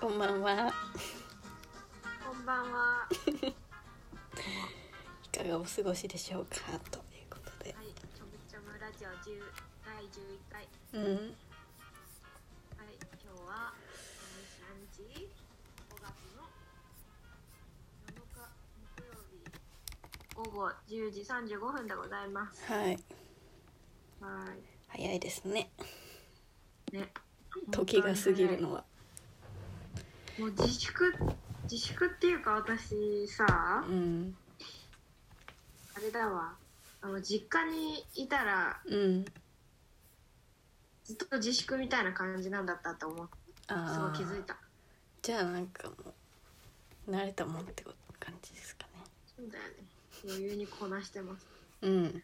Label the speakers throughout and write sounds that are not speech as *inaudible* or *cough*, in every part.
Speaker 1: こんばんは。
Speaker 2: こんばんは。はい
Speaker 1: かがお過ごしでしょうかということで。
Speaker 2: い、ちょむちょむラジオ10第11回。
Speaker 1: うん。
Speaker 2: はい、今日は何日何日 ?5 月の7日木曜日午後10時35分でございます。
Speaker 1: はい。
Speaker 2: は
Speaker 1: 早いですね。
Speaker 2: い。ね。
Speaker 1: 時が過ぎるのは。
Speaker 2: もう自粛自粛っていうか私さ
Speaker 1: う、ん。
Speaker 2: あれだわ。あの実家にいたら
Speaker 1: うん。
Speaker 2: ずっと自粛みたいな感じなんだったと思ってすご
Speaker 1: あ
Speaker 2: い気づい
Speaker 1: あ。
Speaker 2: た。
Speaker 1: じゃあなんかもう慣れたもんってこと感じですかね。
Speaker 2: そうだよね。余裕にこなしてます。
Speaker 1: うん。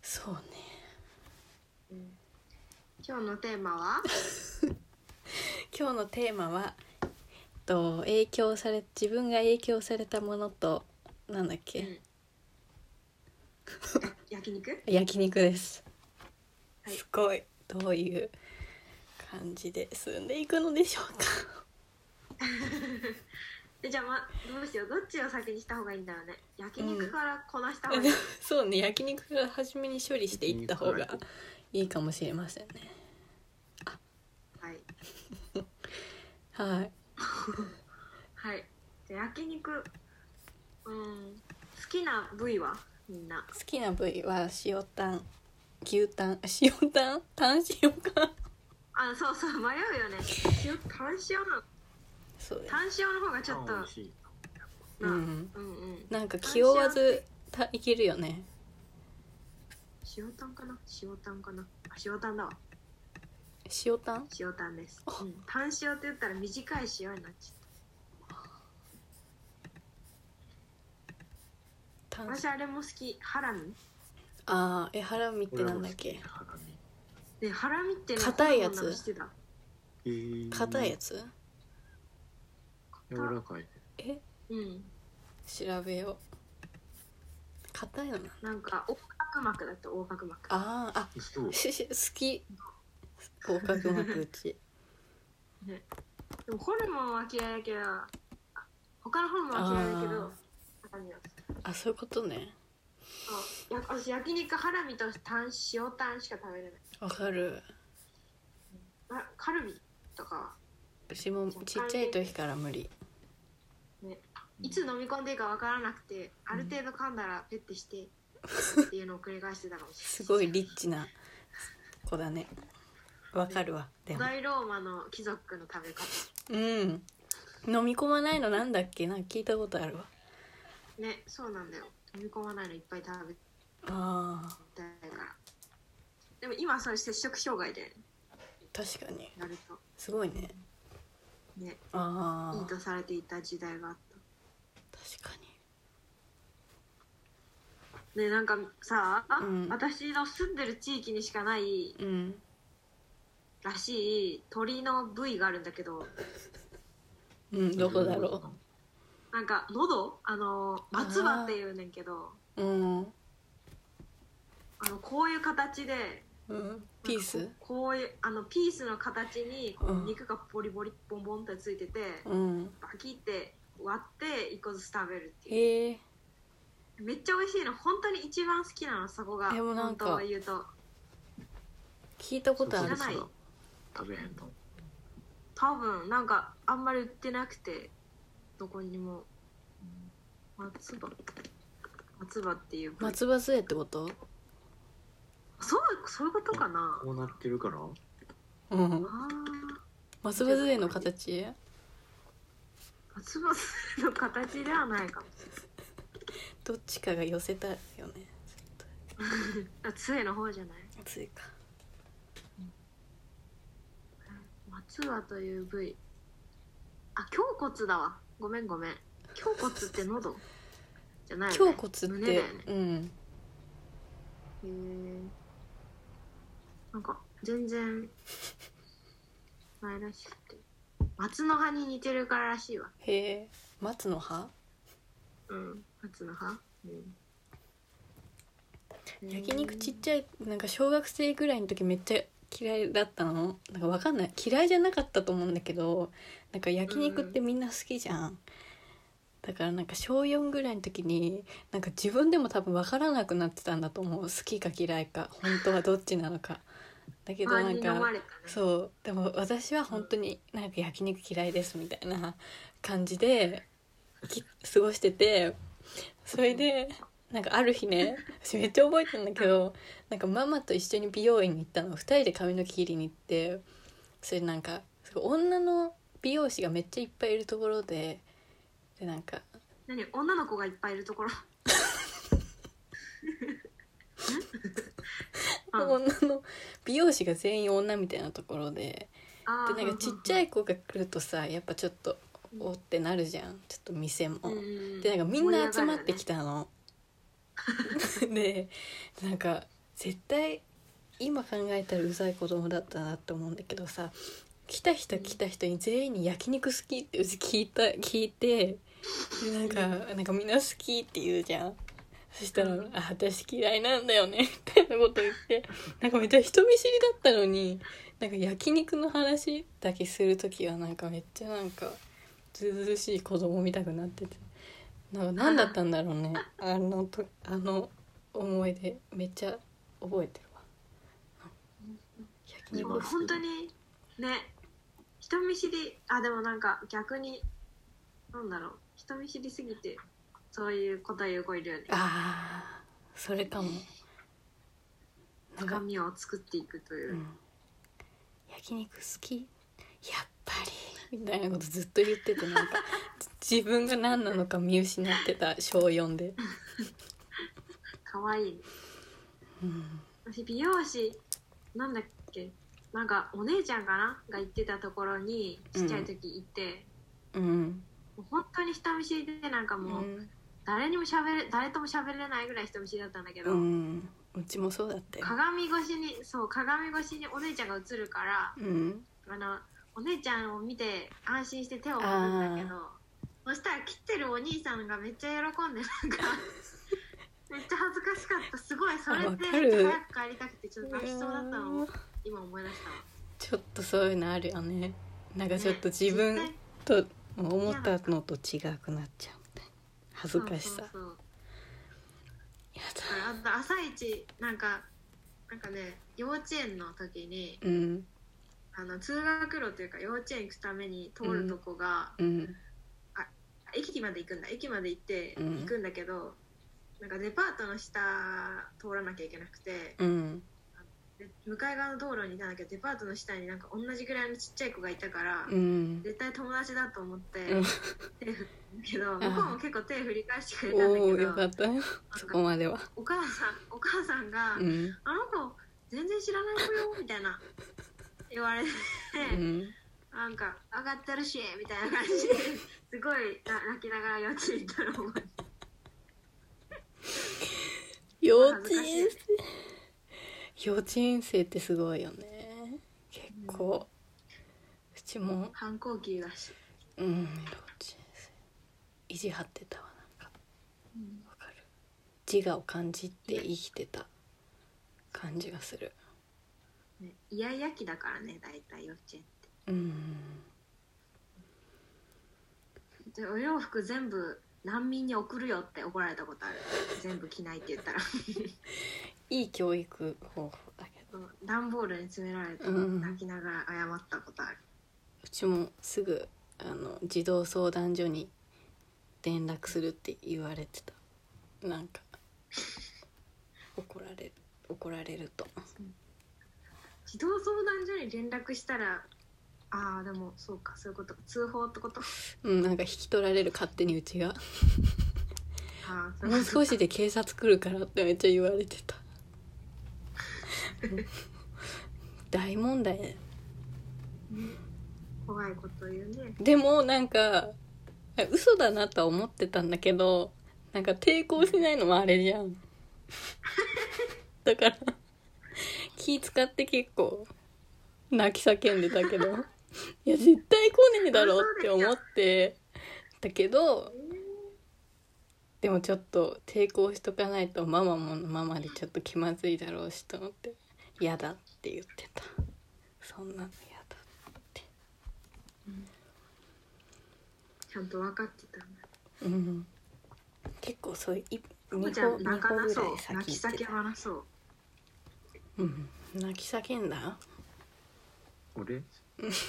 Speaker 1: そうね。
Speaker 2: うん今日のテーマは
Speaker 1: 今日のテーマは、えっと影響され自分が影響されたものとなんだっけ、
Speaker 2: うん焼肉
Speaker 1: 焼肉です、
Speaker 2: はい
Speaker 1: すごいどういう感じで進んでいくのでしょうか
Speaker 2: えじゃあ、ま、どうしようどっちを先にした方がいいんだろうね焼肉からこなした方がいい、
Speaker 1: *laughs* そうね焼肉から初めに処理していった方がいいかもしれませんね
Speaker 2: はい
Speaker 1: はい
Speaker 2: はいじゃあ焼肉うん好きな部位はみんな
Speaker 1: 好きな部位は塩タン牛タン塩タンタン塩か
Speaker 2: あそうそう迷うよね塩単塩の
Speaker 1: そうです
Speaker 2: 単塩の方がちょっとな
Speaker 3: 美味しい
Speaker 1: うん
Speaker 2: うんうん
Speaker 1: なんか気負わずたいけるよね
Speaker 2: 塩単かな塩単かなあ塩単だわ
Speaker 1: 塩タン
Speaker 2: 塩単です、うん、単塩って言ったら短い塩になっちゃう
Speaker 1: タン
Speaker 2: 私あれも好きハラミ
Speaker 1: あーえハラミってなんだっけ
Speaker 3: ハラミ
Speaker 2: ねハラミってね
Speaker 1: 硬いやつ
Speaker 2: ホルモンなくしてた
Speaker 3: えー
Speaker 1: 硬いやつ
Speaker 3: 柔らかい
Speaker 1: え
Speaker 2: うん
Speaker 1: 調べよう硬いのな
Speaker 2: なんか横隔膜だって横隔膜
Speaker 1: あーあ
Speaker 3: そう
Speaker 1: しし好き合格幕うち
Speaker 2: でもホルモンは嫌いだけどあ他のホルモンは嫌いだけどハラミは好き
Speaker 1: あそういうことね
Speaker 2: そうや私焼肉ハラミとタン塩タンしか食べれない
Speaker 1: わかる
Speaker 2: あカルビとかは
Speaker 1: うちもちっちゃい時から無理
Speaker 2: いつ飲み込んでいいかわからなくてある程度噛んだらペッてしてっていうのを繰り返してたかもしれない
Speaker 1: *laughs* すごいリッチな子だねわかるわで
Speaker 2: 古
Speaker 1: も
Speaker 2: 代ローマの貴族の食べ方
Speaker 1: うん飲み込まないのなんだっけなんか聞いたことあるわ
Speaker 2: ねそうなんだよ飲み込まないのいっぱい食べて
Speaker 1: あ
Speaker 2: だからでも今はそれ摂食障害で
Speaker 1: ー確かに
Speaker 2: やると
Speaker 1: すごいね
Speaker 2: ね
Speaker 1: ああ
Speaker 2: いい
Speaker 1: 確
Speaker 2: とされていた時代があっ
Speaker 1: かに
Speaker 2: たねなんかさ、あ
Speaker 1: うん
Speaker 2: 私の住んでる地域にしかない
Speaker 1: うん
Speaker 2: らしい鳥の部位があるんだけど
Speaker 1: うんどこだろ
Speaker 2: なんか喉あの
Speaker 1: あー
Speaker 2: 松葉っていうんねんけど
Speaker 1: ううん、
Speaker 2: あのこういう形で
Speaker 1: うん、ピー
Speaker 2: なん
Speaker 1: ス
Speaker 2: かここういうあのピースの形にこう
Speaker 1: うん
Speaker 2: 肉がボリボリボンボンってついてて、
Speaker 1: うん
Speaker 2: バキって割って一個ずつ食べるっていう
Speaker 1: ええ
Speaker 2: めっちゃ美味しいの本当に一番好きなのそこが
Speaker 1: でもなん
Speaker 2: 本
Speaker 1: か
Speaker 2: 当は言うと
Speaker 1: 聞いたことあ
Speaker 2: 知
Speaker 1: る
Speaker 2: らない
Speaker 3: 食べへんの
Speaker 2: 多分なんかあんまり売ってなくてどこにも松葉松葉っていう部位
Speaker 1: 松葉杖ってこと
Speaker 2: そうそういうことかな
Speaker 3: こうなってるから
Speaker 1: うん
Speaker 2: あ
Speaker 1: 松葉杖の形
Speaker 2: ー松葉の形ではないかも
Speaker 1: どっちかが寄せたよね
Speaker 2: あ杖の方じゃない
Speaker 1: 杖か
Speaker 2: 松葉という部位あ胸骨だわごめんごめん胸骨って喉じゃないよ
Speaker 1: 胸
Speaker 2: ね
Speaker 1: 骨って、
Speaker 2: 胸だよね
Speaker 1: うん
Speaker 2: へえなんか全然ないらしくて松の葉に似てるかららしいわ
Speaker 1: へえ松の葉
Speaker 2: うん松の葉、うん、
Speaker 1: 焼肉ちっ
Speaker 2: へ
Speaker 1: ちゃいなんか小学生ぐらいの時めっちゃ嫌いだったのなんかわかんない嫌いじゃなかったと思うんだけどなんか焼肉ってみんな好きじゃん、だからなんか小4ぐらいの時になんか自分でも多分わからなくなってたんだと思う好きか嫌いか本当はどっちなのかだけどな
Speaker 2: 周り
Speaker 1: ん
Speaker 2: に飲
Speaker 1: か
Speaker 2: まれたね
Speaker 1: そうでも私は本当になんか焼肉嫌いですみたいな感じでき過ごしててそれでなんかある日ね私めっちゃ覚えてるんだけどなんかママと一緒に美容院に行ったの2人で髪の毛切りに行ってそれなんかすごい女の美容師がめっちゃいっぱいいるところででなんか
Speaker 2: 何女の子がいっぱいいると
Speaker 1: *laughs*
Speaker 2: ころうん
Speaker 1: 女の美容師が全員女みたいなところで
Speaker 2: あ
Speaker 1: で
Speaker 2: ー
Speaker 1: なんかちっちゃい子が来るとさやっぱちょっとおってなるじゃんちょっと店も。
Speaker 2: うんうん
Speaker 1: でなんかみんな集まってきたの。でなんか絶対今考えたらうざい子供だったなって思うんだけどさ来た人来た人に全員に「焼肉好き」ってうち聞いた聞いてでなんかなんかみんな好きって言うじゃん。そしたら「あ私嫌いなんだよね」みたいなこと言ってなんかめっちゃ人見知りだったのになんか焼肉の話だけする時はなんかめっちゃなんかずうずうしい子供みたくなっててなんか何だったんだろうねあのとあの思い出めっちゃ覚えてるわ焼
Speaker 2: で
Speaker 1: 肉
Speaker 2: も本当にね人見知りあでもなんか逆になんだろう人見知りすぎてそういうこと言う子いるよね
Speaker 1: ああそれかもなん
Speaker 2: 中
Speaker 1: か、
Speaker 2: 身を作っていくというう、
Speaker 1: ん、焼肉好きやっぱりみたいなことずっと言っててなんか自分が何なのか見失ってた小4で、
Speaker 2: 可愛かわいいね
Speaker 1: うん、
Speaker 2: 私美容師なんだっけなんかお姉ちゃんかなが行ってたところにちっちゃい時行って、
Speaker 1: うん
Speaker 2: もう本当に人見知りでなんか
Speaker 1: う
Speaker 2: もうん誰にも喋れ誰とも喋れないぐらい人見知りだったんだけど、
Speaker 1: うんうちもそうだったよ
Speaker 2: 鏡越しにそう鏡越しにお姉ちゃんが映るから
Speaker 1: うん
Speaker 2: あのお姉ちゃんを見て安心して手を振るんだけどそしたら切ってるお兄さんがめっちゃ喜
Speaker 1: *laughs*
Speaker 2: んでなんかめっちゃ恥ずかしかったすごいそれ
Speaker 1: あわ
Speaker 2: で
Speaker 1: か
Speaker 2: め
Speaker 1: る
Speaker 2: っちゃ早く帰りたくてちょっと泣きそうだったのを今思い出したわ
Speaker 1: ちょっとそういうのあるよねなんかちょっと自分と思ったのと違くなっちゃうみたいな恥ずかしさ
Speaker 2: そうそうそう
Speaker 1: や
Speaker 2: だからあと朝一なんかなんかね幼稚園の時に
Speaker 1: だうん
Speaker 2: あの通学路というか幼稚園行くために通るとこが、
Speaker 1: うん
Speaker 2: 駅まで行くんだ駅まで行って
Speaker 1: うん
Speaker 2: 行くんだけど、なんかデパートの下通らなきゃいけなくて
Speaker 1: うん
Speaker 2: で向かい側の道路にいたんだけどデパートの下になんか同じぐらいのちっちゃい子がいたから、
Speaker 1: うん
Speaker 2: 絶対友達だと思って
Speaker 1: うん
Speaker 2: 手振ったけど向こうも結構手振り返してくれたんだ
Speaker 1: おおー
Speaker 2: け
Speaker 1: よ
Speaker 2: ど
Speaker 1: かったよそこまでは
Speaker 2: お母さんお母さんが「
Speaker 1: うん
Speaker 2: あの子全然知らない子よ」みたいな言われて。
Speaker 1: うん
Speaker 2: なんか上がってるしみたいな感じですごいな泣きながら幼稚園行ったのを覚えてる
Speaker 1: 幼稚園生幼稚園生ってすごいよね結構うちも
Speaker 2: 反抗期だし、
Speaker 1: うん幼稚園生意地張ってたわなんかわかる自我を感じて生きてた感じがする
Speaker 2: ね、イヤイヤ期だからね大体幼稚園って
Speaker 1: うん
Speaker 2: でお洋服全部難民に送るよって怒られたことある全部着ないって言ったら
Speaker 1: いい教育方法だけど
Speaker 2: うん段ボールに詰められて
Speaker 1: うん
Speaker 2: 泣きながら謝ったことある、
Speaker 1: うちもすぐあの児童相談所に連絡するって言われてたなんか怒られる怒られると
Speaker 2: 児童相談所に連絡したらああでもそうかそういうこと通報ってこと
Speaker 1: うんなんか引き取られる勝手にうちが
Speaker 2: ああそう
Speaker 1: もう少しで警察来るからってめっちゃ言われて
Speaker 2: *laughs*
Speaker 1: た大問題
Speaker 2: 怖いこと言うね
Speaker 1: でもなんか嘘だなとは思ってたんだけどなんか抵抗しないのもあれじゃんだから気使って結構泣き叫んでたけどいや絶対来ねえだろって思ってだけどでもちょっと抵抗しとかないとママもママでちょっと気まずいだろうしと思って嫌だって言ってたんなのやだ
Speaker 2: ちゃんと分かってたんだ。
Speaker 1: うん結構そういうい
Speaker 2: おも
Speaker 1: 二
Speaker 2: ちゃ
Speaker 1: 歩
Speaker 2: ん
Speaker 1: 二
Speaker 2: 泣か
Speaker 1: 歩
Speaker 2: な
Speaker 1: ぐ
Speaker 2: そ。
Speaker 1: らいう
Speaker 2: 泣き
Speaker 1: 先行って
Speaker 2: 叫
Speaker 1: た
Speaker 2: ばなそう。
Speaker 1: うん泣き叫んだ
Speaker 3: 俺
Speaker 2: うん。
Speaker 3: 泣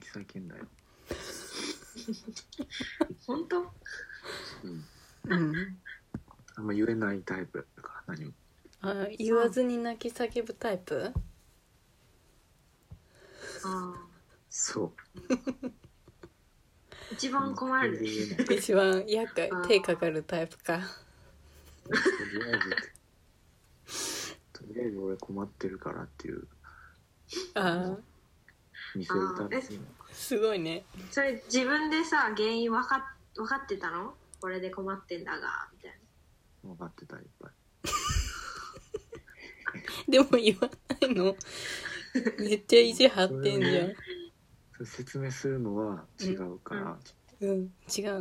Speaker 3: き叫んだよ。
Speaker 2: 本当？
Speaker 3: う
Speaker 1: う
Speaker 3: ん。
Speaker 1: ん
Speaker 3: あんま言えないタイプだから何も。
Speaker 1: あ言わずに泣き叫ぶタイ
Speaker 2: *laughs*
Speaker 1: プ
Speaker 2: ああ。
Speaker 3: そう。
Speaker 2: 一番困るね。
Speaker 3: 全然言えない。
Speaker 1: 一番厄介
Speaker 2: あー
Speaker 1: 手かかるタイプか
Speaker 3: とりあえず、とりあえず俺困ってるからっていう
Speaker 1: ああ
Speaker 3: 見せるために。
Speaker 1: すごいね
Speaker 2: それ自分でさ原因分かっ分かってたの？これで困ってんだがみたいな。
Speaker 3: 分かってたいっぱい。
Speaker 1: でも言わないのめっちゃ意地張ってんじゃん
Speaker 3: それ説明するのは違うから、
Speaker 2: うん
Speaker 3: ちょ
Speaker 1: う
Speaker 3: っ
Speaker 1: ん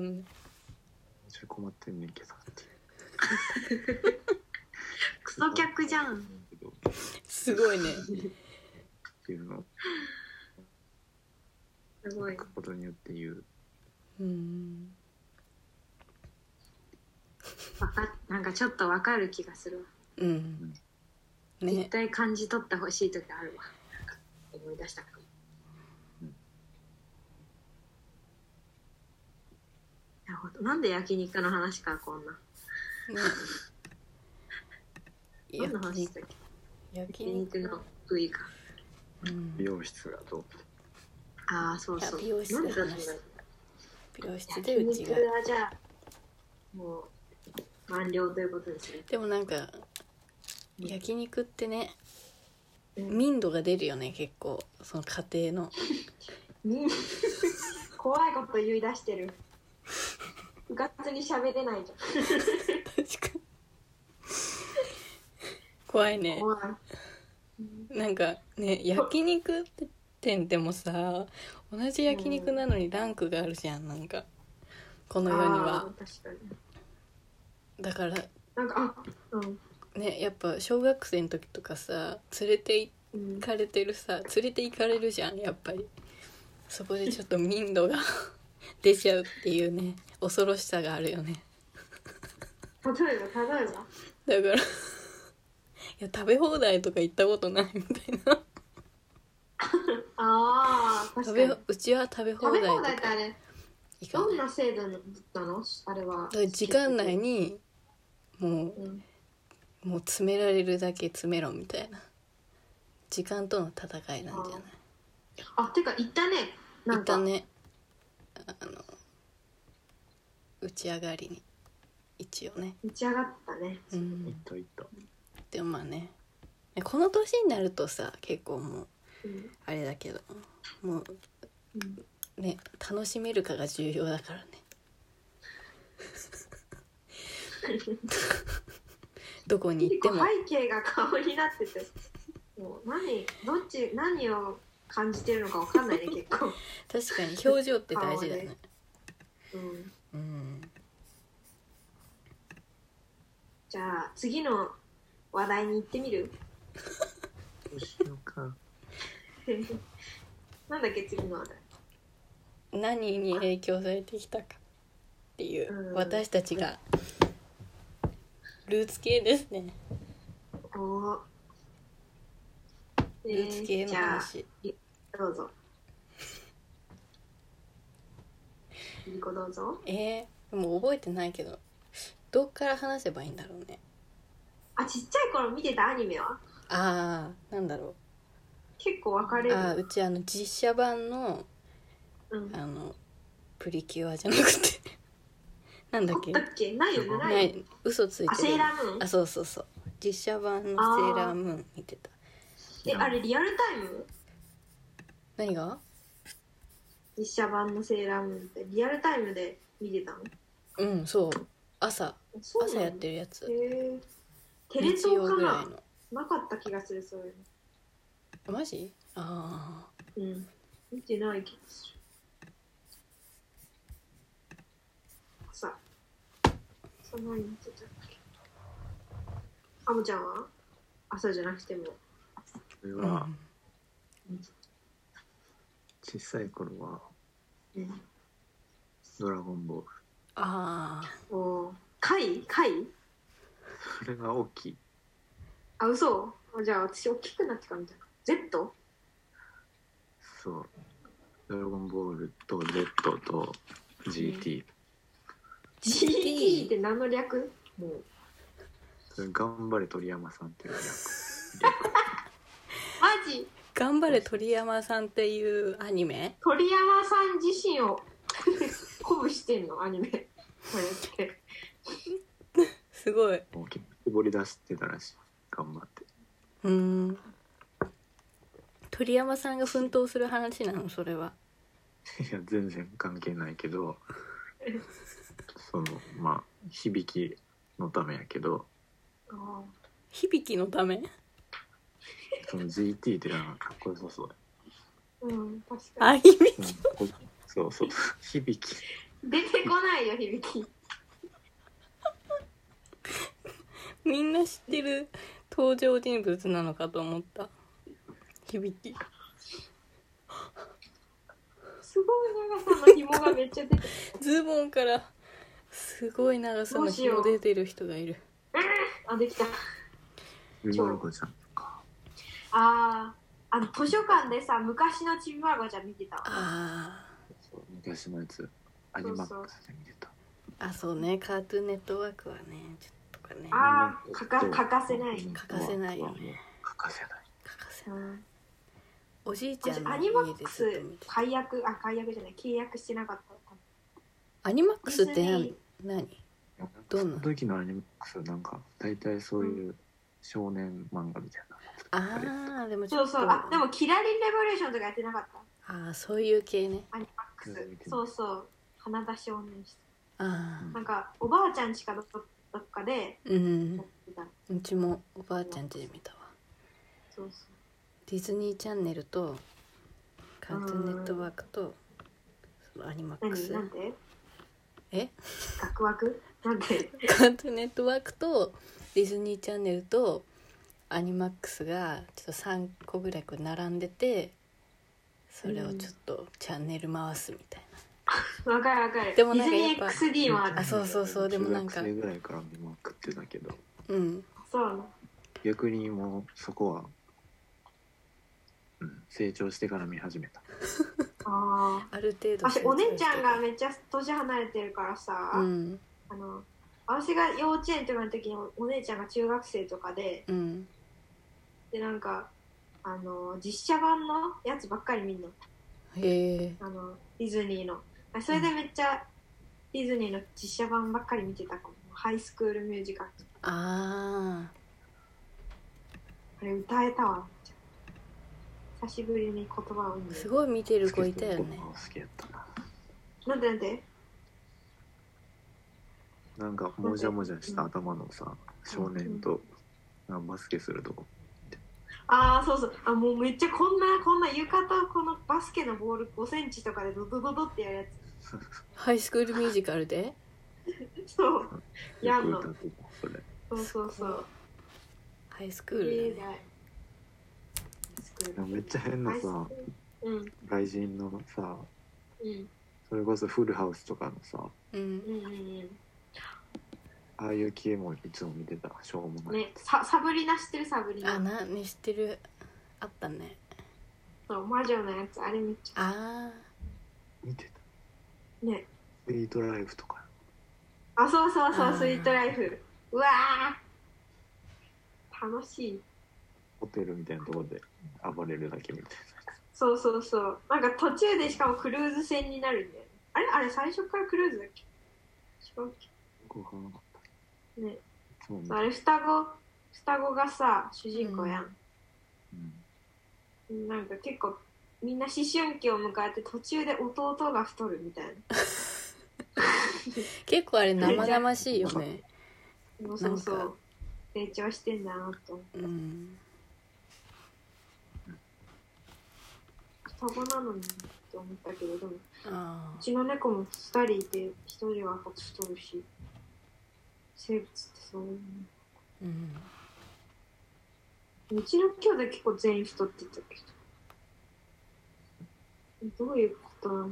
Speaker 1: 違うの
Speaker 3: と困ってんねんけどっていう。
Speaker 2: クソ客じゃん。
Speaker 1: すごいね
Speaker 3: っていうのを
Speaker 2: すごい
Speaker 3: 書。くことによって言う。
Speaker 1: うん
Speaker 2: わかなんかちょっと分かる気がするわ。
Speaker 1: うん
Speaker 2: 絶
Speaker 1: ね
Speaker 2: 対感じ取ってほしい時あるわ。なんか思い出したかも。
Speaker 3: うん
Speaker 2: なるほど。なんで焼肉の話かこんな。
Speaker 1: ね
Speaker 2: 何の話
Speaker 1: 焼
Speaker 2: だっけ？
Speaker 1: 焼
Speaker 2: 焼
Speaker 1: 肉
Speaker 2: 肉の部位か。
Speaker 1: うん
Speaker 3: 美容室がどう
Speaker 2: ああそうそう。
Speaker 1: いや美容室の
Speaker 2: な
Speaker 1: 話
Speaker 2: んでだったんだろう
Speaker 1: 美容室で
Speaker 2: 焼
Speaker 1: うち
Speaker 2: 肉
Speaker 1: が
Speaker 2: はじゃあもう満了ということですね。
Speaker 1: でもなんか焼肉ってね
Speaker 2: うん
Speaker 1: 民度が出るよね結構その家庭の
Speaker 2: うん怖いこと言い出してる。うかつに喋れないじ
Speaker 1: 確かに怖い
Speaker 2: ゃん。
Speaker 1: ね
Speaker 2: 怖い。
Speaker 1: なんかね焼肉店でもさ同じ焼肉なのにランクがあるじゃんなんかこの世に
Speaker 2: あ
Speaker 1: は
Speaker 2: ー確かに。
Speaker 1: だから
Speaker 2: なんかあうん
Speaker 1: ねやっぱ小学生の時とかさ連れて
Speaker 2: うん
Speaker 1: 行。かれてるさ連れて行かれるじゃんやっぱりそこでちょっと民度が *laughs* 出ちゃうっていうね恐ろしさがあるよね
Speaker 2: 例えば例えば。
Speaker 1: だからいや食べ放題とか行ったことないみたいな
Speaker 2: ああ
Speaker 1: 食
Speaker 2: 確か
Speaker 1: べ
Speaker 2: に。
Speaker 1: うちは食べ放
Speaker 2: 食
Speaker 1: 題
Speaker 2: べ
Speaker 1: と
Speaker 2: 放題って
Speaker 1: か
Speaker 2: あれ
Speaker 1: 行か
Speaker 2: どん
Speaker 1: ない
Speaker 2: な制度なの？あれは
Speaker 1: だ。から時間内。にも
Speaker 2: うん。
Speaker 1: うもう詰められるだけ詰めろみたいな時間との戦いなんじゃない
Speaker 2: あてか行ったね。な
Speaker 1: 行
Speaker 2: ん
Speaker 1: った
Speaker 2: か。
Speaker 1: ねあの打ち上がりに一応ね
Speaker 2: 打ち上がったね。
Speaker 1: う
Speaker 3: 行っ
Speaker 1: ん
Speaker 3: た行った。
Speaker 1: でもまあねこの年になるとさ結構もう
Speaker 2: うん
Speaker 1: あれだけども
Speaker 2: うん。
Speaker 1: うね楽しめるかが重要だから
Speaker 2: *laughs*
Speaker 1: ねどこに行って
Speaker 2: 結構
Speaker 1: も
Speaker 2: 背景が顔になっててもう何どっち何を感じてるのかわかんないね結
Speaker 1: *laughs*
Speaker 2: 構、
Speaker 1: 確かに表情って大事だね
Speaker 2: うん、
Speaker 1: うん
Speaker 2: じゃあ次の話題に行ってみる
Speaker 3: どうしようか。
Speaker 2: なんだっけ次の話題
Speaker 1: 何に影響されてきたかっていう、
Speaker 2: うん
Speaker 1: 私たちがルーツ系ですね、
Speaker 2: おーえ
Speaker 1: ルーツ系
Speaker 2: ー、
Speaker 1: の
Speaker 2: じゃ
Speaker 1: 話
Speaker 2: あどうぞいい子どうぞ
Speaker 1: えー、もう覚えてないけどどっから話せばいいんだろうね
Speaker 2: あちっちゃい頃見てたアニメは
Speaker 1: ああなんだろ
Speaker 2: 結構分かれ
Speaker 1: う
Speaker 2: る
Speaker 1: あーうちあの実写版の
Speaker 2: うん
Speaker 1: あのプリキュアじゃなくて *laughs* なんだ
Speaker 2: あ
Speaker 1: っ
Speaker 2: っ
Speaker 1: け
Speaker 2: たっけないよねない
Speaker 1: な
Speaker 2: よね
Speaker 1: い嘘ついてる
Speaker 2: あセーラームーン
Speaker 1: あそうそうそう実写版の「セーラームーン」見てた
Speaker 2: えあれリアルタイム
Speaker 1: 何が
Speaker 2: 実写版のセーラームーンってリアルタイムで見てたの
Speaker 1: うんそう朝
Speaker 2: そうな
Speaker 1: 朝
Speaker 2: の
Speaker 1: やってるやつ
Speaker 2: へえテレ
Speaker 1: 日
Speaker 2: 東
Speaker 1: 曜
Speaker 2: か
Speaker 1: ぐらい
Speaker 2: な
Speaker 1: の
Speaker 2: なかった気がするそういう
Speaker 1: マジああ
Speaker 2: のうん見てない気がする朝朝何見てたっけあもちゃんは朝じゃなくても
Speaker 3: れ
Speaker 1: う
Speaker 3: は
Speaker 1: ん、
Speaker 3: 小さい頃は
Speaker 2: うん
Speaker 3: 「ドラゴンボール
Speaker 1: あ
Speaker 2: おー貝貝」
Speaker 3: それが大きい
Speaker 2: あ嘘あじゃあ私大きくなってからみたいな Z?
Speaker 3: そう「ドラゴンボール」と「Z」と「GT」
Speaker 2: GT って何の略もう
Speaker 3: それ頑張れ鳥山さんっていう役
Speaker 2: マジ
Speaker 1: 「頑張れ鳥山さん」っていうアニメ
Speaker 2: 鳥山さん自身を *laughs* 鼓舞してんのアニメこうやって
Speaker 1: すごい
Speaker 3: を絞り出してたらしい頑張って
Speaker 1: うん鳥山さんが奮闘する話なのそれはい
Speaker 3: や全然関係ないけどそのまあ響きのためやけど
Speaker 2: あ
Speaker 1: 響きのため
Speaker 3: その GT ってなんかかっこよさそうや
Speaker 2: ーうん確か
Speaker 1: あ
Speaker 2: に
Speaker 1: いみ
Speaker 3: うんこそうそう響き
Speaker 2: 出てこないよ響き
Speaker 1: *laughs* みんな知ってる登場人物なのかと思った響き
Speaker 2: すごい長さの紐がめっちゃ出てる
Speaker 1: ズボンからすごい長さの紐出てる人がいる
Speaker 2: あできた
Speaker 3: みまる子ちゃんとか
Speaker 2: あーあの図書館でさ昔のちびまる子ちゃん見てた
Speaker 1: あ
Speaker 3: そう昔のやつアニマックスで見てた
Speaker 1: ーあそうねカートゥーンネットワークはねちょっとかね
Speaker 2: あー欠か欠かせない
Speaker 1: 欠かせないよ
Speaker 3: ね欠かせない
Speaker 1: 欠かせ
Speaker 2: う
Speaker 1: ない
Speaker 2: ん
Speaker 1: おじいちゃ
Speaker 2: 私
Speaker 1: んの
Speaker 2: アニマ
Speaker 1: 家
Speaker 2: ッ
Speaker 1: で
Speaker 2: ク
Speaker 1: ずっ
Speaker 2: ス
Speaker 1: と見てた
Speaker 2: 解約あ解約じゃない契約してなかったのか
Speaker 1: アニマックスって
Speaker 2: ディズニ
Speaker 1: 何
Speaker 2: ー
Speaker 1: 何ど
Speaker 3: そ
Speaker 1: んな
Speaker 3: の時のアニマックスはなんか大体そういう少年漫画みたいな
Speaker 1: ああでもち
Speaker 2: そ
Speaker 1: ょ
Speaker 2: う
Speaker 1: っと
Speaker 2: そうあでもキラリンレボリューションとかやってなかった
Speaker 1: ああそういう系ね
Speaker 2: アニマック
Speaker 3: うん見て
Speaker 2: ス
Speaker 3: る
Speaker 2: そうそう花田少年室
Speaker 1: あ
Speaker 3: う
Speaker 1: あ
Speaker 3: ん
Speaker 2: なんかおばあちゃんちかどっかで
Speaker 1: うん
Speaker 2: やってた
Speaker 1: うちもおばあちゃんちで見たわ
Speaker 2: そうそ
Speaker 1: ディズニーチャンネルとカートゥーンネットワークとそのアニマッ
Speaker 2: う
Speaker 1: ク
Speaker 2: 何
Speaker 1: ス
Speaker 2: なんで
Speaker 1: え *laughs*
Speaker 2: 学枠なんで
Speaker 1: カートゥーンネットワークとディズニーチャンネルとアニマックスがちょっと3個ぐらいこう並んでてそれをちょっとチャンネル回すみたいな、
Speaker 2: わかるわかる
Speaker 1: でもなんか
Speaker 2: デ
Speaker 1: やっ
Speaker 2: ィ
Speaker 1: ぱ
Speaker 2: ズニー XD もある
Speaker 1: あそうそうそうでもなんか
Speaker 3: 中学生ぐらいから見まくってたけど
Speaker 1: うん
Speaker 2: そう
Speaker 3: 逆にもうそこは、うん、成長してから見始めた
Speaker 2: ああ
Speaker 1: ある程度
Speaker 2: 私
Speaker 1: 成
Speaker 2: お
Speaker 1: 長して
Speaker 2: 姉ちゃんがめっちゃ年離れてるからさ、
Speaker 1: うん
Speaker 2: あの私が幼稚園とかの時にお姉ちゃんが中学生とかで
Speaker 1: うん
Speaker 2: でなんかあの実写版のやつばっかり見んの
Speaker 1: へえ
Speaker 2: あのディズニーのあそれでめっちゃディズニーの実写版ばっかり見てたかもハイスクールミュージカルとか
Speaker 1: あ
Speaker 2: あれ歌えたわ久しぶりに言葉を見
Speaker 1: ーす
Speaker 2: る
Speaker 1: ごい見てる子いたよね
Speaker 3: 好きやったな
Speaker 2: なんでなんで
Speaker 3: なんかもじゃもじゃした頭のさ少年と、なんかバスケするとこ
Speaker 2: ああそうそうあもうめっちゃこんなこんな浴衣このバスケのボール5センチとかでドドドドってやるや
Speaker 1: ハイスクールミュージカルで
Speaker 2: つそうや
Speaker 3: よ
Speaker 2: ん
Speaker 3: く
Speaker 2: の
Speaker 3: 歌ってたそれ
Speaker 2: そうそうそう
Speaker 1: ハイスクールだね
Speaker 2: い
Speaker 3: めっちゃ変なさ
Speaker 2: うんうん
Speaker 3: 外人のさ
Speaker 2: うん
Speaker 3: それこそフルハウスとかのさ
Speaker 1: うん
Speaker 2: うんうん
Speaker 3: ああいう系もいつも見てたしょう
Speaker 2: う
Speaker 3: も
Speaker 2: ん
Speaker 3: ない、
Speaker 2: ねササブリナ知ってるサブリ
Speaker 1: あ
Speaker 2: ナ
Speaker 1: なね知ってるあったね
Speaker 2: そう魔女のやつあれめっちゃ
Speaker 1: あ
Speaker 3: 見てた
Speaker 2: ね
Speaker 3: 「スイートライフ」とか
Speaker 2: あそうそうそ
Speaker 1: あ
Speaker 2: う
Speaker 1: ー
Speaker 2: スイートライフうわー楽しい
Speaker 3: ホテルみたいなところで暴れるだけみたい
Speaker 2: そうそうそうなんか途中でしかもクルーズ船になるんだよねあれあれ最初からクルーズだっけ違うっ
Speaker 3: なご飯かった
Speaker 2: け
Speaker 3: い
Speaker 2: ね
Speaker 3: つも見
Speaker 2: そ
Speaker 3: て
Speaker 2: う
Speaker 3: た
Speaker 2: あれ双子双子がさ主人公やん、
Speaker 3: うん
Speaker 2: なんか結構みんな思春期を迎えて途中で弟が太るみたいな
Speaker 1: ー結構あれ生々しいよね
Speaker 2: そうそうそ
Speaker 1: なん
Speaker 2: う
Speaker 1: か
Speaker 2: 成長してんだなと思う
Speaker 1: うん
Speaker 2: 双子なのにって思ったけどでも
Speaker 1: あ
Speaker 2: う
Speaker 1: ー
Speaker 2: ちの猫も2人いて1人は太るし生物ってそういう
Speaker 1: うん
Speaker 2: うちの兄弟結構全員太ってたけど。どういうことなの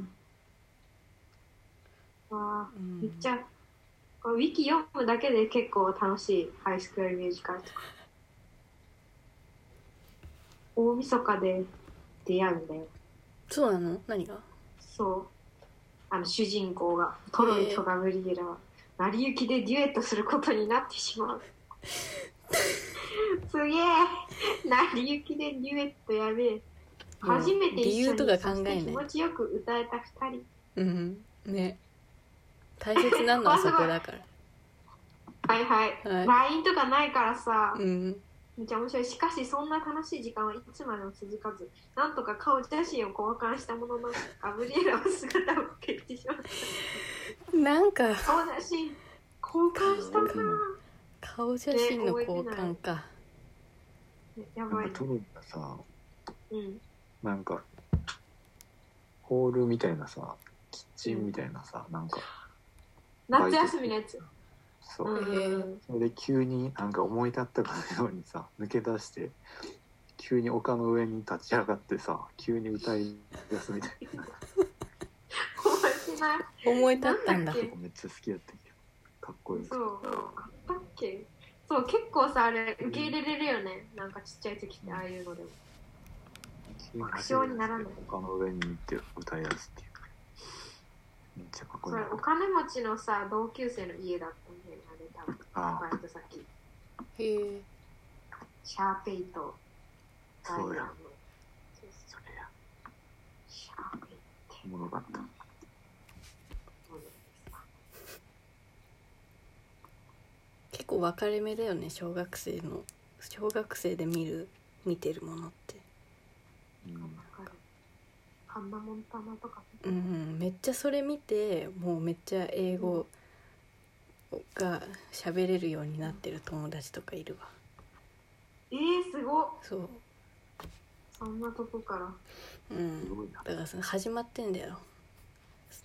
Speaker 2: あ
Speaker 1: う
Speaker 2: ー
Speaker 1: ん
Speaker 2: めっちゃ、こうウィキ読むだけで結構楽しい、ハイスクールミュージカルとか。大晦日で出会うんだよ。
Speaker 1: そうなの何が
Speaker 2: そう。あの、主人公が、トロイとガブリエラは、成り行きでデュエットすることになって
Speaker 1: *laughs*
Speaker 2: しまう。すげえ成り行きでデュエットやべえ。
Speaker 1: もう
Speaker 2: 初めて
Speaker 1: 理
Speaker 2: 一
Speaker 1: 由
Speaker 2: 緒に
Speaker 1: とか考えない
Speaker 2: そして気持ちよく歌えた二人。
Speaker 1: うんね大切なのはそこだから
Speaker 2: はいはい。
Speaker 1: はい
Speaker 2: LINE とかないからさ、
Speaker 1: うん
Speaker 2: めっちゃ面白い。しかし、そんな楽しい時間はいつまでも続かず、なんとか顔写真を交換したものの、ガブリエラは姿を消してしまった。
Speaker 1: なんか
Speaker 2: 顔写真、交換したな
Speaker 3: 可愛い
Speaker 1: 顔写真の交換か
Speaker 2: や
Speaker 3: な
Speaker 2: ば
Speaker 3: ん
Speaker 2: い
Speaker 3: か。トロがさ
Speaker 2: うん。
Speaker 3: なんかホールみたいなさキッチンみたいなさ、なんか
Speaker 2: 夏休みのやつ。
Speaker 3: そ
Speaker 2: う
Speaker 3: う、
Speaker 2: んうん
Speaker 3: それで急になんか思い立ったかのようにさ抜け出して急に丘の上に立ち上がってさ急に歌い出すみたいな
Speaker 2: 面白い。
Speaker 1: 思い立ったんだ
Speaker 2: なんだっ
Speaker 3: めっちゃ好きやったけどかっこい
Speaker 2: *laughs*
Speaker 3: い
Speaker 2: そう。あったっけそう、結構さ、あれ、受け入れれるよね。なんかちっちゃい時って、ああいうのでも。爆笑にならない
Speaker 3: 丘の上に行って歌い出すっていうめっちゃかっこ
Speaker 2: そ
Speaker 3: いい
Speaker 2: れ、お金持ちのさ、同級生の家だったんだよね、あれ、多分。
Speaker 3: あ
Speaker 2: バイト先。
Speaker 1: へえ
Speaker 2: シャーペイと、ダイヤ
Speaker 3: そうや
Speaker 2: の。そうそう
Speaker 3: それや
Speaker 2: シャーペイ
Speaker 3: おもろかった
Speaker 2: そうなんですか
Speaker 1: 結構分かれ目だよね小学生の小学生で見る見てるものって
Speaker 3: うん
Speaker 2: わかるハンナモンタナとかね
Speaker 1: うんめっちゃそれ見てもうめっちゃ英語が喋れるようになってる友達とかいるわ
Speaker 2: えー、すごっ
Speaker 1: そう
Speaker 2: そんなとこから。
Speaker 1: う
Speaker 3: す
Speaker 1: ん
Speaker 3: ごいな
Speaker 1: だからその始まってんだよ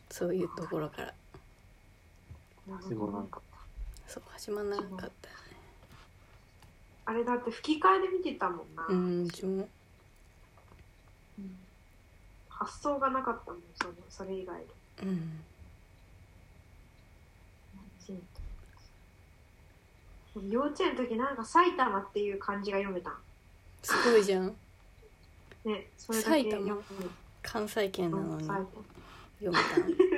Speaker 1: そそういうところから
Speaker 3: 私もなんか
Speaker 1: そう始まんなかったね
Speaker 2: あれだって吹き替えで見てたもんな。
Speaker 1: うんうちも
Speaker 2: うん発想がなかったもん、そのそれ以外で。
Speaker 1: うん
Speaker 2: 幼稚園の時なんか埼玉っていう漢字が読めたん
Speaker 1: すごいじゃん
Speaker 2: ねそれだ
Speaker 1: 埼
Speaker 2: け読
Speaker 1: 玉
Speaker 2: む
Speaker 1: 関西圏なの
Speaker 2: うん
Speaker 1: に
Speaker 2: 埼玉
Speaker 1: 読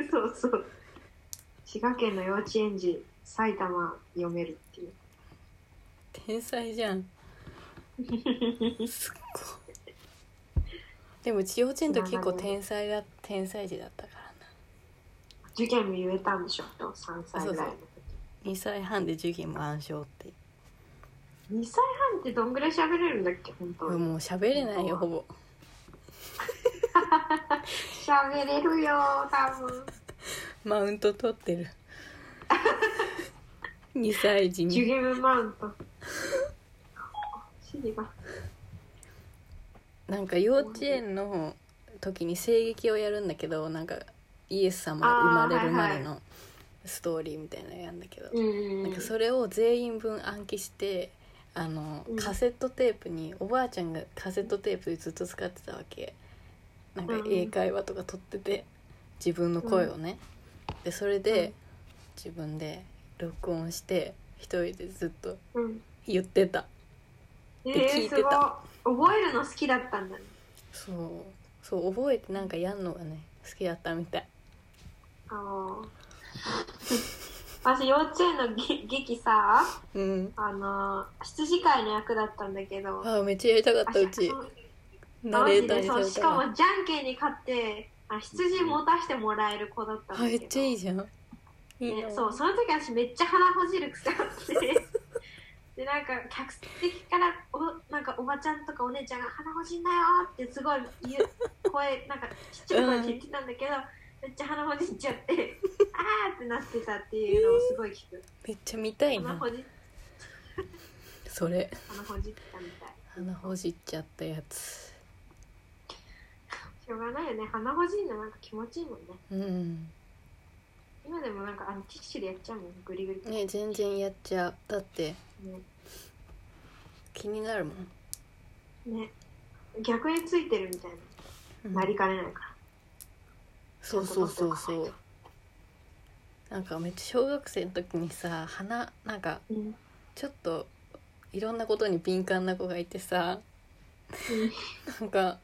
Speaker 1: めたの
Speaker 2: そうそう滋賀県の幼稚園児埼玉読めるっていう
Speaker 1: 天才じゃんすっごいでもうち幼稚園と結構天才だ天才児だったからな
Speaker 2: 受験も言えたんでしょと3歳ぐらいの時
Speaker 1: 2歳半で授業も暗唱って
Speaker 2: 2歳半ってどんぐらい喋れるんだっけ本当に
Speaker 1: もう喋れないよほぼ
Speaker 2: 喋れるよ多分
Speaker 1: マウント取って *laughs* る2歳児
Speaker 2: ジュ
Speaker 1: に
Speaker 2: ゲムマウ
Speaker 1: *laughs*
Speaker 2: ント尻が
Speaker 1: なんか幼稚園の時に声劇をやるんだけどなんかイエス様生まれるまでのストーリーみたいなのやるんだけど、
Speaker 2: うんうんう
Speaker 1: なん
Speaker 2: ん
Speaker 1: かそれを全員分暗記してあの
Speaker 2: うん
Speaker 1: カセットテープにおばあちゃんがカセットテープでずっと使ってたわけなんか
Speaker 2: うん
Speaker 1: 英会話とか撮ってて自分の声をね、でそれ
Speaker 2: う
Speaker 1: で
Speaker 2: ん
Speaker 1: 自分で録音して一人でずっと
Speaker 2: うん
Speaker 1: 言ってた
Speaker 2: え
Speaker 1: て聞
Speaker 2: ー、
Speaker 1: い
Speaker 2: す
Speaker 1: て
Speaker 2: ごい
Speaker 1: た
Speaker 2: 覚えるの好きだったんだね
Speaker 1: そうそう覚えてなんかやんのがね好きだったみたい
Speaker 2: あの *laughs* 私幼稚園のげ劇さ
Speaker 1: うん
Speaker 2: あの羊飼いの役だったんだけど
Speaker 1: ああめっちゃやりたかったう
Speaker 2: あ
Speaker 1: ち
Speaker 2: そう
Speaker 1: ナレーターに
Speaker 2: マジで
Speaker 1: さ
Speaker 2: そう
Speaker 1: れ
Speaker 2: したからもじゃんけんに勝ってあ羊持たしてもらえる子だったん
Speaker 1: あ
Speaker 2: だけ
Speaker 1: め
Speaker 2: ど
Speaker 1: っちゃいいじゃんいい
Speaker 2: ね
Speaker 1: な、
Speaker 2: そうその時私めっちゃ鼻ほじる癖あって *laughs* でなんか客席からおなんかおばちゃんとかお姉ちゃんが「鼻ほじんなよ」ってすごい言う声なんかちっちゃい声で言ってたんだけど、めっちゃ鼻ほじっちゃって「あー」ってなってたっていうのをすごい聞く、
Speaker 1: めっちゃ見たい
Speaker 2: 鼻
Speaker 1: な
Speaker 2: ほじ
Speaker 1: それ
Speaker 2: 鼻ほじったみたい
Speaker 1: 鼻ほじっちゃったやつ
Speaker 2: しょうがないよね鼻ほじるのなんか気持ちいいもんね
Speaker 1: うん
Speaker 2: 今でもなんかあのティッシュでやっちゃうもんグリグリって
Speaker 1: ね全然やっちゃうだって
Speaker 2: ね
Speaker 1: 気になるもん
Speaker 2: ね逆についてるみたい
Speaker 1: うん
Speaker 2: ななりかねないから
Speaker 1: そうそうそうそうなんかめっちゃ小学生の時にさ鼻なんか
Speaker 2: うん
Speaker 1: ちょっといろんなことに敏感な子がいてさなんか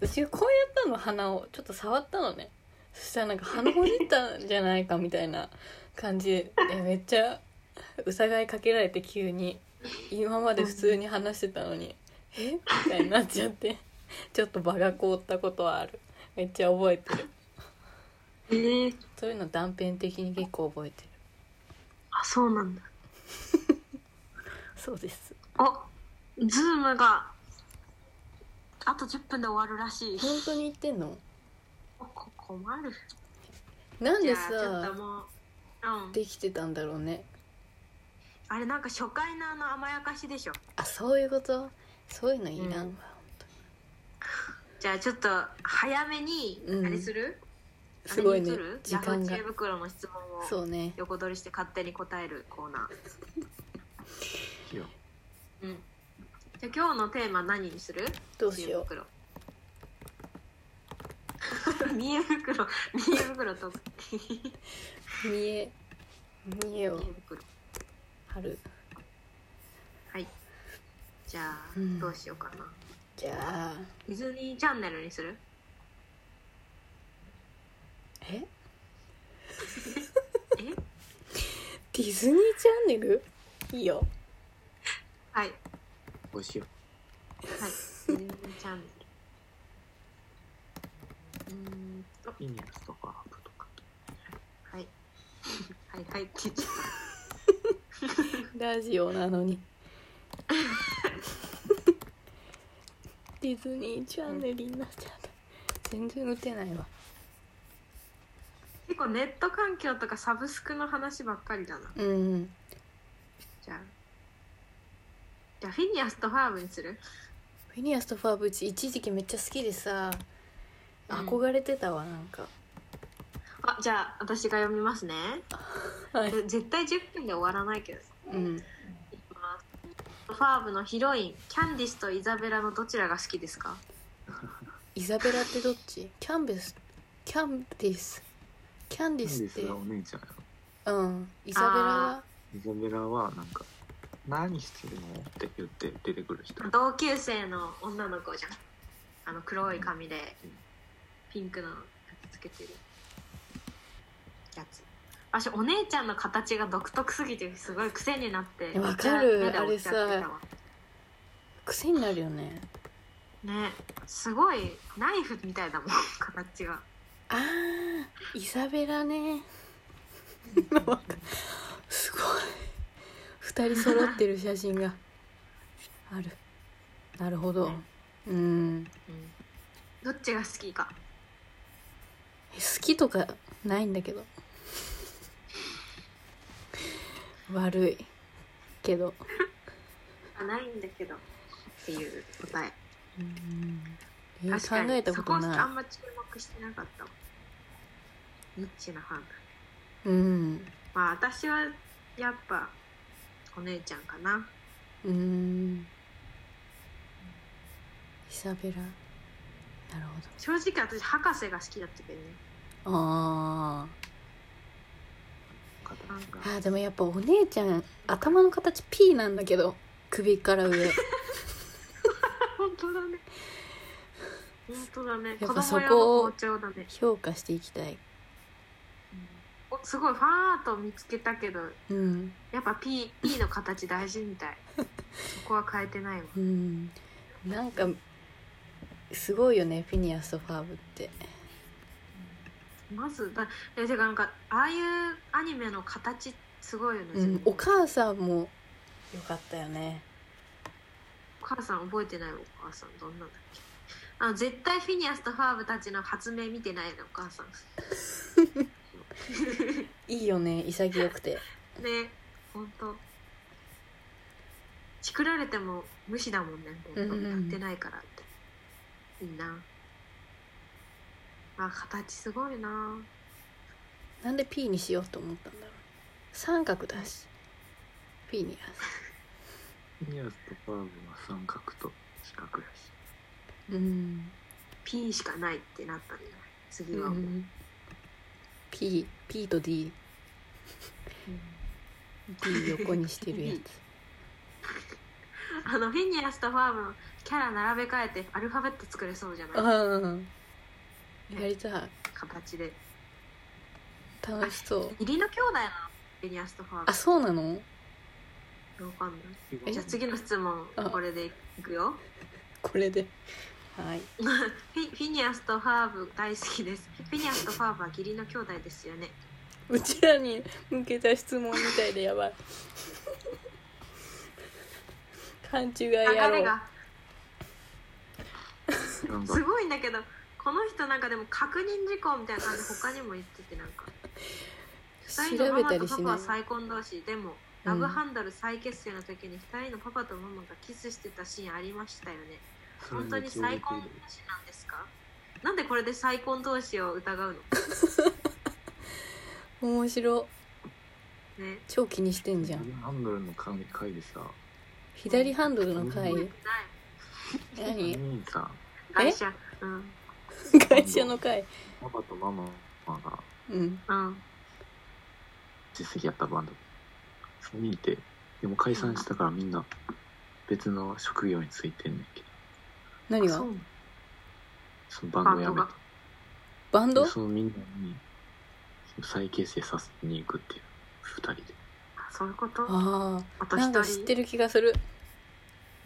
Speaker 1: うちがこうやったの鼻をちょっと触ったのねそしたらなんか鼻ほじったんじゃないかみたいな感じでえめっちゃ疑いかけられて急に今まで普通に話してたのに「えみたいになっちゃってちょっと場が凍ったことはあるめっちゃ覚えてる
Speaker 2: えー、
Speaker 1: そういうの断片的に結構覚えてる
Speaker 2: あそうなんだ
Speaker 1: そうです
Speaker 2: おズームがあと10分で終わるらしい
Speaker 1: 本当に言ってんの
Speaker 2: おこ困る
Speaker 1: なん
Speaker 2: じ
Speaker 1: で
Speaker 2: ゃあちょっと
Speaker 1: さ
Speaker 2: もううん
Speaker 1: できてたんだろうね
Speaker 2: あれなんか初回のあの甘やかしでしょ
Speaker 1: あそういうことそういうのいいな、
Speaker 2: うんじゃあちょっと早めに
Speaker 1: うん
Speaker 2: あれする、
Speaker 1: すごいね
Speaker 2: あれにする
Speaker 1: 時間
Speaker 2: ヤ
Speaker 1: が
Speaker 2: フー知恵袋の質問を
Speaker 1: そうね
Speaker 2: 横取りして勝手に答えるコーナ
Speaker 3: いや
Speaker 2: ーうんじゃあ今日のテーマ何にする
Speaker 1: どうしよう
Speaker 2: 知恵袋見え袋 *laughs* 見え袋と見
Speaker 1: 見え見え
Speaker 2: え
Speaker 1: を
Speaker 2: 袋
Speaker 1: 張る
Speaker 2: はいじゃあ、
Speaker 1: うん
Speaker 2: どうしようかな
Speaker 1: じゃあ
Speaker 2: ディズニーチャンネルにする
Speaker 1: え
Speaker 2: え
Speaker 1: ディズニーチャンネルいいよ
Speaker 2: はい
Speaker 3: どうしよ
Speaker 2: はい。ディズニーチャンネル。うーんと、
Speaker 3: う。イニエスとかアップとか。
Speaker 2: はい。はいはいって言っちゃっ
Speaker 1: ラジオなの
Speaker 2: *laughs*
Speaker 1: にディズニーチャンネルになっちゃった全然打てないわ
Speaker 2: た結構ネット環境とかサブスクの話ばっかりだな。
Speaker 1: うん
Speaker 2: じゃあ。じゃあ、フィニアスとファーブにする
Speaker 1: フィニアスとファーブうち一時期めっちゃ好きでさ
Speaker 2: うん
Speaker 1: 憧れてたわなんか、
Speaker 2: あ、じゃあ、私が読みますね。
Speaker 1: はい
Speaker 2: 絶対10分で終わらないけどさ。
Speaker 1: うん
Speaker 2: いきます。ファーブのヒロイン、キャンディスとイザベラのどちらが好きですか
Speaker 1: イザベラってどっちキャンベスキャンディスキャンデ
Speaker 3: イ
Speaker 1: ィ
Speaker 3: ニ
Speaker 1: ス
Speaker 3: エ
Speaker 1: って
Speaker 3: スがお姉ちゃんや
Speaker 1: うんイザベラは
Speaker 3: ろ。イザベラはなんか、何してるのって言って出てくる人。
Speaker 2: 同級生の女の子じゃんあの黒い髪でピンクのやつつけてるやつ私お姉ちゃんの形が独特すぎてすごい癖になって
Speaker 1: わかる
Speaker 2: めっちゃ目で追っちゃってたわ
Speaker 1: 癖になるよね
Speaker 2: ねすごいナイフみたいだもん形が
Speaker 1: あーイザベラね *laughs* すごい二人揃ってる写真があるなるほどうん
Speaker 2: どっちが好きか
Speaker 1: え好きとかないんだけど悪いけど
Speaker 2: あないんだけどっていう答え
Speaker 1: うんえー
Speaker 2: 確かに
Speaker 1: 考えたこと
Speaker 2: そこあ
Speaker 1: なん
Speaker 2: ま注目してなかったわニッチな判断
Speaker 1: いうん
Speaker 2: まあ私はやっぱお姉ちゃんかな
Speaker 1: うーんイサベラなる
Speaker 2: 正直私博士が好きだったけどね
Speaker 1: ほどあ
Speaker 3: 形
Speaker 2: なん
Speaker 3: が
Speaker 1: *laughs* ーあ。ーでもやっぱお姉ちゃん頭の形 P なんだけど首から上や
Speaker 2: 本当だね本当だね
Speaker 1: や
Speaker 2: 子
Speaker 1: っぱそこ
Speaker 2: 供用の包丁だね
Speaker 1: 評価していきたい
Speaker 2: おすごいファーと見つけたけど
Speaker 1: うん
Speaker 2: やっぱ P, P の形大事み
Speaker 1: *laughs*
Speaker 2: たいそこは変えてないわ
Speaker 1: うんなんかすごいよねフィニアスとファーブって
Speaker 2: まずだえてかなんかああいうアニメの形すごいよね、
Speaker 1: うんお母さんもよかったよね
Speaker 2: お母さん覚えてないお母さんどんなんだっけあの絶対フィニアスとファーブたちの発明見てないのお母さん
Speaker 1: いいよね潔くて
Speaker 2: ね本当チクられても無視だもんね本当
Speaker 1: うんうんうん
Speaker 2: やってないからっていいなあ形すごいな
Speaker 1: なんで P にしようと思ったんだろう三角だしフィニアス
Speaker 3: イニエスとファーブは三角と
Speaker 2: 四角やし
Speaker 1: うん、
Speaker 2: P しかないってなったんじゃない次
Speaker 1: う
Speaker 2: はもう、
Speaker 1: ん、P, P と DD 横にしてるやつ
Speaker 2: あのフィニアスとファームのキャラ並べ替えてアルファベット作れそうじゃ
Speaker 1: あ
Speaker 2: ない
Speaker 1: あやりたい
Speaker 2: 形で
Speaker 1: 楽しそう
Speaker 2: 入りの兄弟なのフィニアスとファーム
Speaker 1: あそうなの
Speaker 2: わかんない
Speaker 1: え
Speaker 2: じゃあ次の質問
Speaker 1: あ
Speaker 2: これでいくよ
Speaker 1: これではい
Speaker 2: フィフィニアスとファーブ大好きですフィニアスとファーブは義理の兄弟ですよね
Speaker 1: うちらに向けた質問みたいでやばい勘違い
Speaker 2: 流
Speaker 1: やろ
Speaker 2: れ
Speaker 1: う
Speaker 2: が
Speaker 3: なんだ
Speaker 2: すごいんだけどこの人なんかでも確認事項みたいな感じで他にも言っててなんか2人
Speaker 1: 調
Speaker 2: の
Speaker 1: べ
Speaker 2: ママ
Speaker 1: たり
Speaker 2: とパ
Speaker 1: し
Speaker 2: パ
Speaker 1: ない
Speaker 2: は再婚同士でもラブハンドル再結成の時に2人のパパとママがキスしてたシーンありましたよね
Speaker 3: それ
Speaker 2: 本当に
Speaker 3: めっちゃ
Speaker 2: 再婚
Speaker 3: 驚
Speaker 2: 同
Speaker 3: く
Speaker 2: 士なんですかなんでこれで再婚同士を疑う
Speaker 1: 面白
Speaker 2: のね
Speaker 1: 超気にしてんじゃん
Speaker 3: 左ハンドルの紙書いてさ
Speaker 1: 左ハンドルの回
Speaker 2: ない
Speaker 3: 何
Speaker 1: 何
Speaker 3: 人さ
Speaker 2: 会社うん
Speaker 1: 会社の回
Speaker 3: パパとママが
Speaker 1: うん
Speaker 2: うん
Speaker 3: 実績やったバンド3人いてでも解散したからみんな別の職業についてんねんけど
Speaker 1: 何
Speaker 2: そ
Speaker 1: が
Speaker 2: う
Speaker 3: そのバ
Speaker 2: バ
Speaker 3: ンド
Speaker 2: ン
Speaker 3: や
Speaker 2: ド
Speaker 3: め
Speaker 2: が
Speaker 3: て
Speaker 1: バンド
Speaker 3: でそのみんなに再結成させに行くっていう2人で
Speaker 2: あそういうことあ
Speaker 1: あ
Speaker 2: と
Speaker 1: あなんか
Speaker 2: 1
Speaker 1: 知
Speaker 2: 人
Speaker 1: ってる気がする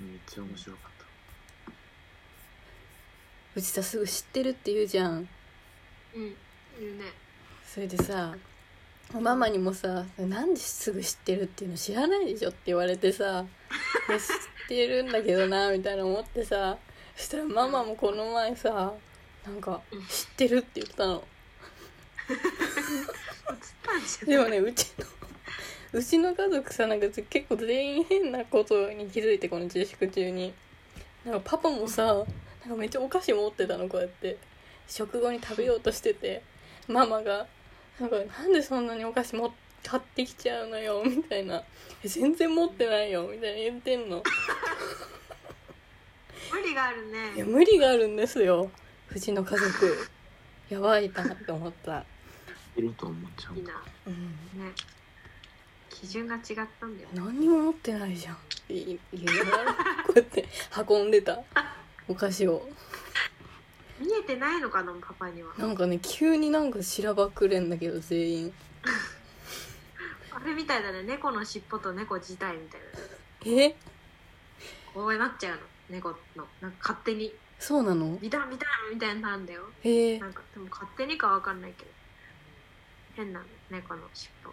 Speaker 3: めっちゃ面白かった
Speaker 1: うちさすぐ知ってるって言うじゃん
Speaker 2: うんいるね
Speaker 1: それでさママにもさ「なんですぐ知ってるっていうの知らないでしょ」って言われてさ「いや知ってるんだけどな」みたいな思ってさそしたらママもこの前さなんか
Speaker 2: うん
Speaker 1: 「知ってる」って言ったの
Speaker 2: 映ったんじ
Speaker 1: で
Speaker 2: ゃ
Speaker 1: も
Speaker 2: ない
Speaker 1: ねうちのうちの家族さなんか結構全員変なことに気づいてこの自粛中になんかパパもさなんかめっちゃお菓子持ってたのこうやって食後に食べようとしててママがなんか「なんでそんなにお菓子も買ってきちゃうのよ」みたいな「え全然持ってないよ」みたいな言ってんの
Speaker 2: 無理がある
Speaker 1: いや
Speaker 2: ね
Speaker 1: 無理があるんですようちの家族やばいなって思った、
Speaker 3: いると思っちゃう
Speaker 2: いいな
Speaker 1: うん、
Speaker 2: ね基準が違ったんだよね
Speaker 1: 何にも持ってないじゃんいいいやこうやって運んでたお菓子を
Speaker 2: 見えてないのかなパパには
Speaker 1: なんかね急になんかしらばくれんだけど全員
Speaker 2: あれみたいだね猫の尻尾と猫自体みたいな
Speaker 1: え
Speaker 2: こうなっちゃうの猫のなんか勝手に
Speaker 1: そうなの
Speaker 2: ビタンビタンみたいになるんだよ
Speaker 1: へえ
Speaker 2: なんかでも勝手にかわかんないけど変なの猫の尻尾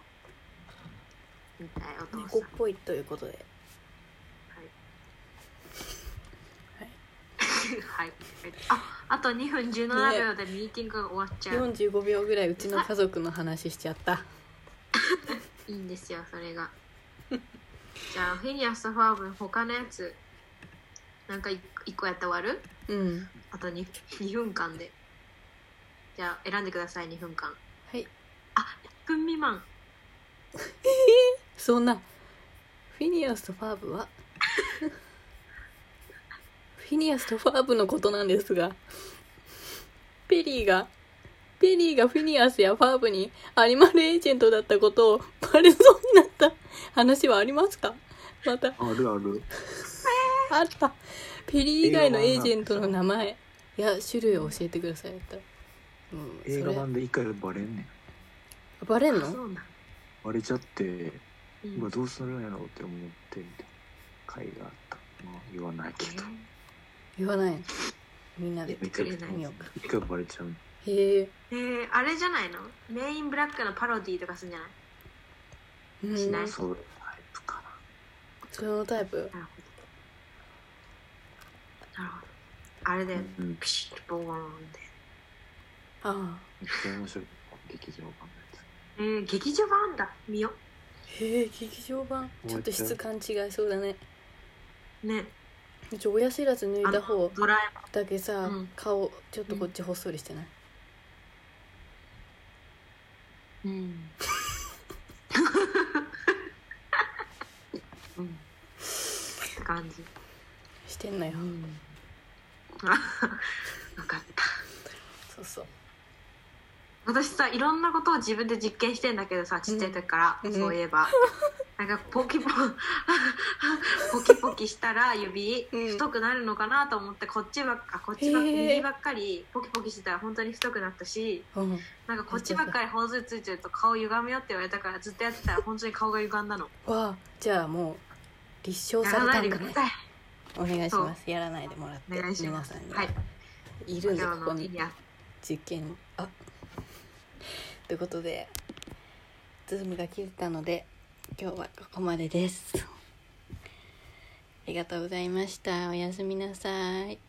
Speaker 2: みたいお父さん、
Speaker 1: 猫っぽいということで
Speaker 2: *laughs* はいはいああと2分17秒でミーティングが終わっちゃう、
Speaker 1: 45秒ぐらいうちの家族の話しちゃった
Speaker 2: いいんですよそれが *laughs* じゃあフィニアスとファーブの他のやつなんか 1, 個やって終わる
Speaker 1: うん
Speaker 2: あと 2, 2分間でじゃあ選んでください2分間
Speaker 1: はい
Speaker 2: 1分未満
Speaker 1: そんなフィニアスとファーブは *laughs* フィニアスとファーブのことなんですがペリーがペリーがフィニアスやファーブにアニマルエージェントだったことをバレそうになった話はありますかまた
Speaker 3: あるある
Speaker 1: あったペリー以外のエージェントの名前や種類を教えてくださいだったらうん
Speaker 3: 映画
Speaker 1: そ
Speaker 3: 版で一回バレんねん
Speaker 1: れバレん
Speaker 2: そ
Speaker 1: の
Speaker 2: うなん、
Speaker 3: バレちゃって
Speaker 2: う
Speaker 3: うんわどうするんやろうって思ってみたいな回があったまあ言わないけど
Speaker 1: 言わないのみんなで
Speaker 2: 言ってくれない
Speaker 1: 見ようか
Speaker 3: 一回バレちゃう
Speaker 1: へえ
Speaker 2: えー、あれじゃないのメインブラックのパロディーとかするんじゃない
Speaker 1: うん
Speaker 2: しない
Speaker 3: そういうタイプか
Speaker 1: そのタイプ
Speaker 2: なるほどなるほどあれで
Speaker 3: なうん
Speaker 2: ピシッとボーンって
Speaker 1: ああ
Speaker 3: めっちゃ面白い劇場版のやつ
Speaker 2: えー、劇場版だ見よ
Speaker 1: へえ劇場版ちょっと質感違いそうだね
Speaker 2: うね
Speaker 1: うち親知らず抜いた方
Speaker 2: ドラえ
Speaker 1: だけさ、
Speaker 2: うん
Speaker 1: 顔ちょっとこっちほっそりしてない、
Speaker 2: もん *laughs* うん、うん、って感じ
Speaker 1: してんのよ
Speaker 3: うん
Speaker 2: 分かった
Speaker 1: そうそう
Speaker 2: 私さいろんなことを自分で実験してんだけどさちっちゃい時から、
Speaker 1: うん
Speaker 2: そういえば、なんかポキポ *laughs* ポキポキしたら指
Speaker 1: うん
Speaker 2: 太くなるのかなと思ってこっちばっかこっちばっか
Speaker 1: へー
Speaker 2: 右ばっかりポキポキしてたら本当に太くなったし
Speaker 1: うん
Speaker 2: なんかこっちばっかり頬杖ついてると顔歪むよって言われたからずっとやってたら本当に顔が歪んだの
Speaker 1: わあじゃあもう立証
Speaker 2: や
Speaker 1: さ
Speaker 2: ら
Speaker 1: れ
Speaker 2: な
Speaker 1: た
Speaker 2: いで
Speaker 1: んだ
Speaker 2: くだ
Speaker 1: ね
Speaker 2: さい
Speaker 1: お願いしますやらないでもらって
Speaker 2: お願いし
Speaker 1: 皆
Speaker 2: ます
Speaker 1: さんに
Speaker 2: はい
Speaker 1: いる
Speaker 2: 今
Speaker 1: ん
Speaker 2: 日
Speaker 1: でここ
Speaker 2: の
Speaker 1: に
Speaker 2: いや
Speaker 1: 実験あということでズームが切れたので今日はここまでですありがとうございましたおやすみなさい